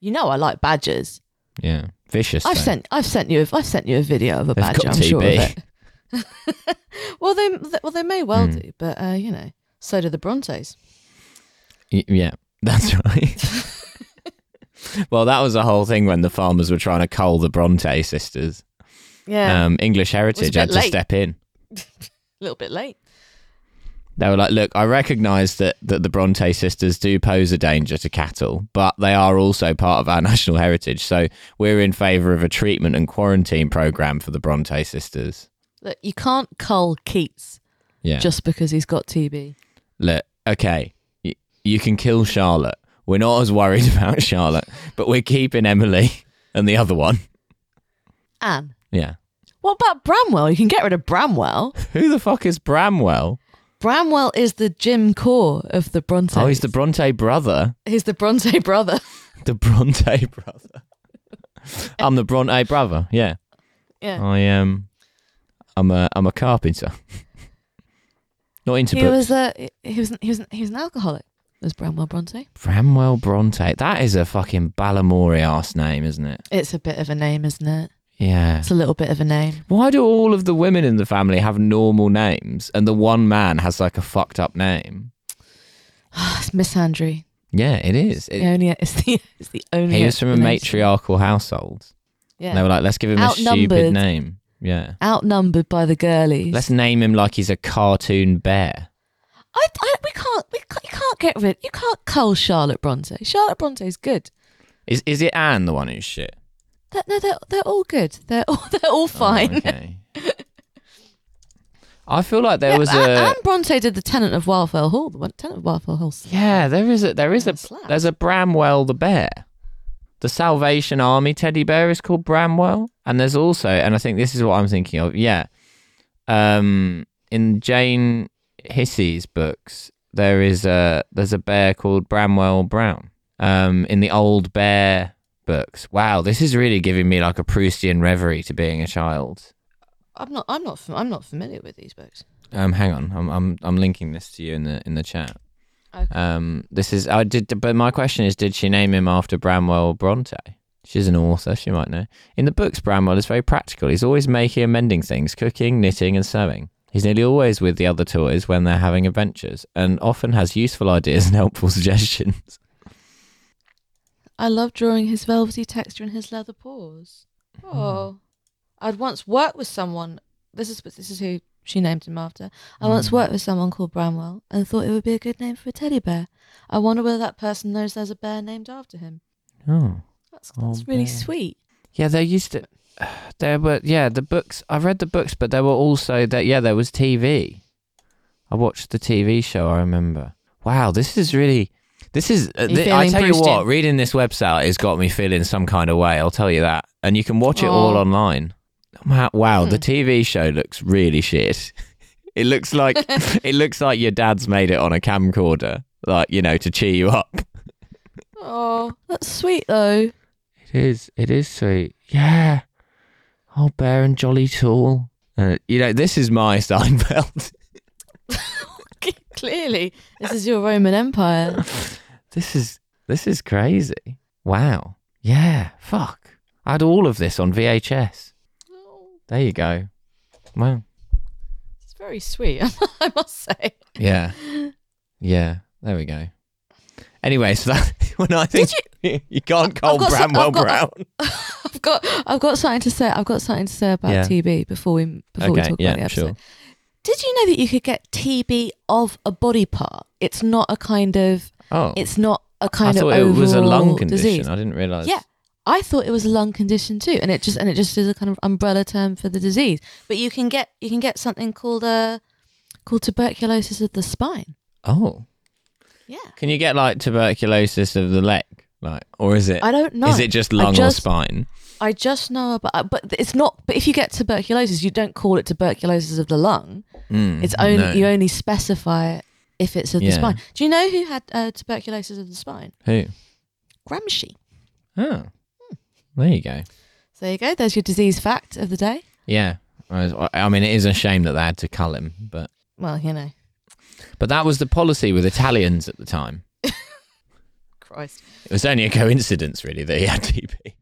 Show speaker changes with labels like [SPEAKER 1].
[SPEAKER 1] You know I like badgers.
[SPEAKER 2] Yeah. Vicious.
[SPEAKER 1] I've
[SPEAKER 2] though.
[SPEAKER 1] sent I've sent you a, I've sent you a video of a
[SPEAKER 2] They've
[SPEAKER 1] badger.
[SPEAKER 2] got
[SPEAKER 1] I'm sure of
[SPEAKER 2] TB.
[SPEAKER 1] it. Well, they th- well they may well
[SPEAKER 2] Mm.
[SPEAKER 1] do, but uh, you know, so do the Broncos.
[SPEAKER 2] Y- Yeah, that's right. well, that was the whole thing when the farmers were trying to cull the Bronte sisters.
[SPEAKER 1] Yeah,
[SPEAKER 2] Um, English Heritage
[SPEAKER 1] bit
[SPEAKER 2] had to
[SPEAKER 1] late.
[SPEAKER 2] step in.
[SPEAKER 1] a little bit late.
[SPEAKER 2] They were like, look, I recognise that, that the Bronte sisters do pose a danger to cattle, but they are also part of our national heritage. So we're in favour of a treatment and quarantine programme for the Bronte sisters.
[SPEAKER 1] Look, you can't cull Keats
[SPEAKER 2] Yeah.
[SPEAKER 1] just because he's got TB.
[SPEAKER 2] look, okay, you, you can kill Charlotte. We're not as worried about Charlotte, but we're keeping Emily and the other one.
[SPEAKER 1] Anne,
[SPEAKER 2] Yeah.
[SPEAKER 1] what about Bramwell? You can get rid of Bramwell.
[SPEAKER 2] Who the fuck is Bramwell?
[SPEAKER 1] Bramwell is the Jim Core of the Brontes.
[SPEAKER 2] Oh, he's the Bronte brother.
[SPEAKER 1] he's the Bronte brother.
[SPEAKER 2] The Bronte brother. I'm the Bronte brother. Yeah.
[SPEAKER 1] yeah,
[SPEAKER 2] I am. I'm a I'm a carpenter. Not into
[SPEAKER 1] he was
[SPEAKER 2] books.
[SPEAKER 1] a he was an- he was an, he was an alcoholic. Was Bramwell Bronte?
[SPEAKER 2] Bramwell Bronte. That is a fucking Balamori ass name, isn't it?
[SPEAKER 1] It's a bit of a name, isn't it?
[SPEAKER 2] Yeah.
[SPEAKER 1] It's a little bit of a name.
[SPEAKER 2] Why do all of the women in the family have normal names and the one man has like a fucked up name?
[SPEAKER 1] It's Miss Andrew.
[SPEAKER 2] Yeah, it is. It-
[SPEAKER 1] The only it's the it's the only.
[SPEAKER 2] He was from a
[SPEAKER 1] explanation.
[SPEAKER 2] matriarchal household.
[SPEAKER 1] Yeah.
[SPEAKER 2] And they were like, let's give him a stupid
[SPEAKER 1] Outnumbered.
[SPEAKER 2] name. Yeah.
[SPEAKER 1] outnumbered by the girlies.
[SPEAKER 2] Let's name him like he's a cartoon bear.
[SPEAKER 1] I, I, we can't, we can't, you can't get rid, you can't cull Charlotte Bronte. Charlotte Bronte's good.
[SPEAKER 2] Is is it Anne the one who's shit?
[SPEAKER 1] They're, no, they're, they're all good. They're all, they're all
[SPEAKER 2] Oh,
[SPEAKER 1] fine.
[SPEAKER 2] okay. I feel like there
[SPEAKER 1] Yeah,
[SPEAKER 2] was
[SPEAKER 1] Anne-
[SPEAKER 2] a
[SPEAKER 1] Anne Bronte did the Tenant of Wildfell Hall. The one, Tenant of Wildfell Hall.
[SPEAKER 2] yeah. There is a there is a
[SPEAKER 1] Slap.
[SPEAKER 2] there's a Bramwell the bear. The Salvation Army teddy bear is called Bramwell, and there's also and I think this is what I'm thinking of. Yeah, um, in Jane Hissey's books, there is a there's a bear called Bramwell Brown. Um, in the old bear books. Wow, this is really giving me like a Proustian reverie to being a child.
[SPEAKER 1] I'm not, I'm not, fam- I'm not familiar with these books.
[SPEAKER 2] Um, hang on, I'm I'm I'm linking this to you in the in the chat.
[SPEAKER 1] Okay.
[SPEAKER 2] Um, this is I did, but my question is, did she name him after Bramwell Bronte? She's an author, she might know. In the books, Bramwell is very practical. He's always making and mending things, cooking, knitting, and sewing. He's nearly always with the other toys when they're having adventures, and often has useful ideas and helpful suggestions.
[SPEAKER 1] I love drawing his velvety texture and his leather paws.
[SPEAKER 2] Mm.
[SPEAKER 1] Oh, I'd once worked with someone. This is this is who she named him after. I
[SPEAKER 2] Mm.
[SPEAKER 1] once worked with someone called Bramwell and thought it would be a good name for a teddy bear. I wonder whether that person knows there's a bear named after him.
[SPEAKER 2] Oh,
[SPEAKER 1] That's
[SPEAKER 2] Oh,
[SPEAKER 1] that's really
[SPEAKER 2] bear.
[SPEAKER 1] sweet.
[SPEAKER 2] yeah, there used to. There were yeah the books. I read the books, but there were also that yeah there was TV. I watched the TV show. I remember. Wow, this is really. This is. Uh,
[SPEAKER 1] you
[SPEAKER 2] thi- I
[SPEAKER 1] feeling
[SPEAKER 2] tell you what,
[SPEAKER 1] Christian?
[SPEAKER 2] reading this website has got me feeling some kind of way. I'll tell you that, and you can watch it all
[SPEAKER 1] Aw.
[SPEAKER 2] online. Ma- Wow, the TV show looks really shit. It looks like it looks like your dad's made it on a camcorder, like you know, to cheer you up.
[SPEAKER 1] Oh, that's sweet though.
[SPEAKER 2] It is. It is sweet. Yeah. Oh, Bear and Jolly Tool. Uh, you know, this is my Seinfeld.
[SPEAKER 1] Clearly, this is your Roman Empire.
[SPEAKER 2] this is this is crazy. Wow. Yeah. Fuck. I had all of this on VHS.
[SPEAKER 1] Oh,
[SPEAKER 2] There you go. Wow.
[SPEAKER 1] it's very sweet, I must say.
[SPEAKER 2] Yeah. Yeah. There we go. Anyway, so that when I think you, can't call
[SPEAKER 1] got some-
[SPEAKER 2] Bramwell
[SPEAKER 1] I've got-
[SPEAKER 2] Brown.
[SPEAKER 1] I've got I've got something to say. I've got something to say about
[SPEAKER 2] Yeah.
[SPEAKER 1] TB before we before we
[SPEAKER 2] okay.
[SPEAKER 1] talk
[SPEAKER 2] Yeah.
[SPEAKER 1] about the episode.
[SPEAKER 2] sure.
[SPEAKER 1] Did you know that you could get TB of a body part? It's not a kind of.
[SPEAKER 2] Oh.
[SPEAKER 1] It's not a
[SPEAKER 2] I
[SPEAKER 1] kind
[SPEAKER 2] thought
[SPEAKER 1] of.
[SPEAKER 2] it was a
[SPEAKER 1] overall
[SPEAKER 2] lung condition.
[SPEAKER 1] Disease.
[SPEAKER 2] I didn't realize.
[SPEAKER 1] Yeah, I thought it was a lung condition too, and it just and it just is a kind of umbrella term for the disease. But you can get you can get something called a called tuberculosis of the spine.
[SPEAKER 2] Oh.
[SPEAKER 1] Yeah,
[SPEAKER 2] Can you get like tuberculosis of the leg, like, or is it?
[SPEAKER 1] I don't know.
[SPEAKER 2] Is it just
[SPEAKER 1] I
[SPEAKER 2] lung
[SPEAKER 1] just-
[SPEAKER 2] or spine?
[SPEAKER 1] I just know about, but it's not. But if you get tuberculosis, you don't call it tuberculosis of the lung.
[SPEAKER 2] Mm,
[SPEAKER 1] It's only
[SPEAKER 2] no.
[SPEAKER 1] you only specify it if it's of
[SPEAKER 2] Yeah.
[SPEAKER 1] the spine. Do you know who had uh, tuberculosis of the spine?
[SPEAKER 2] Who?
[SPEAKER 1] Gramsci.
[SPEAKER 2] Oh, there you go.
[SPEAKER 1] So there you go. There's your disease fact of the day.
[SPEAKER 2] Yeah, I, was- I mean, it is a shame that they had to cull him, but
[SPEAKER 1] Well, you know,
[SPEAKER 2] but that was the policy with Italians at the time.
[SPEAKER 1] Christ.
[SPEAKER 2] It was only a coincidence, really, that he had TB.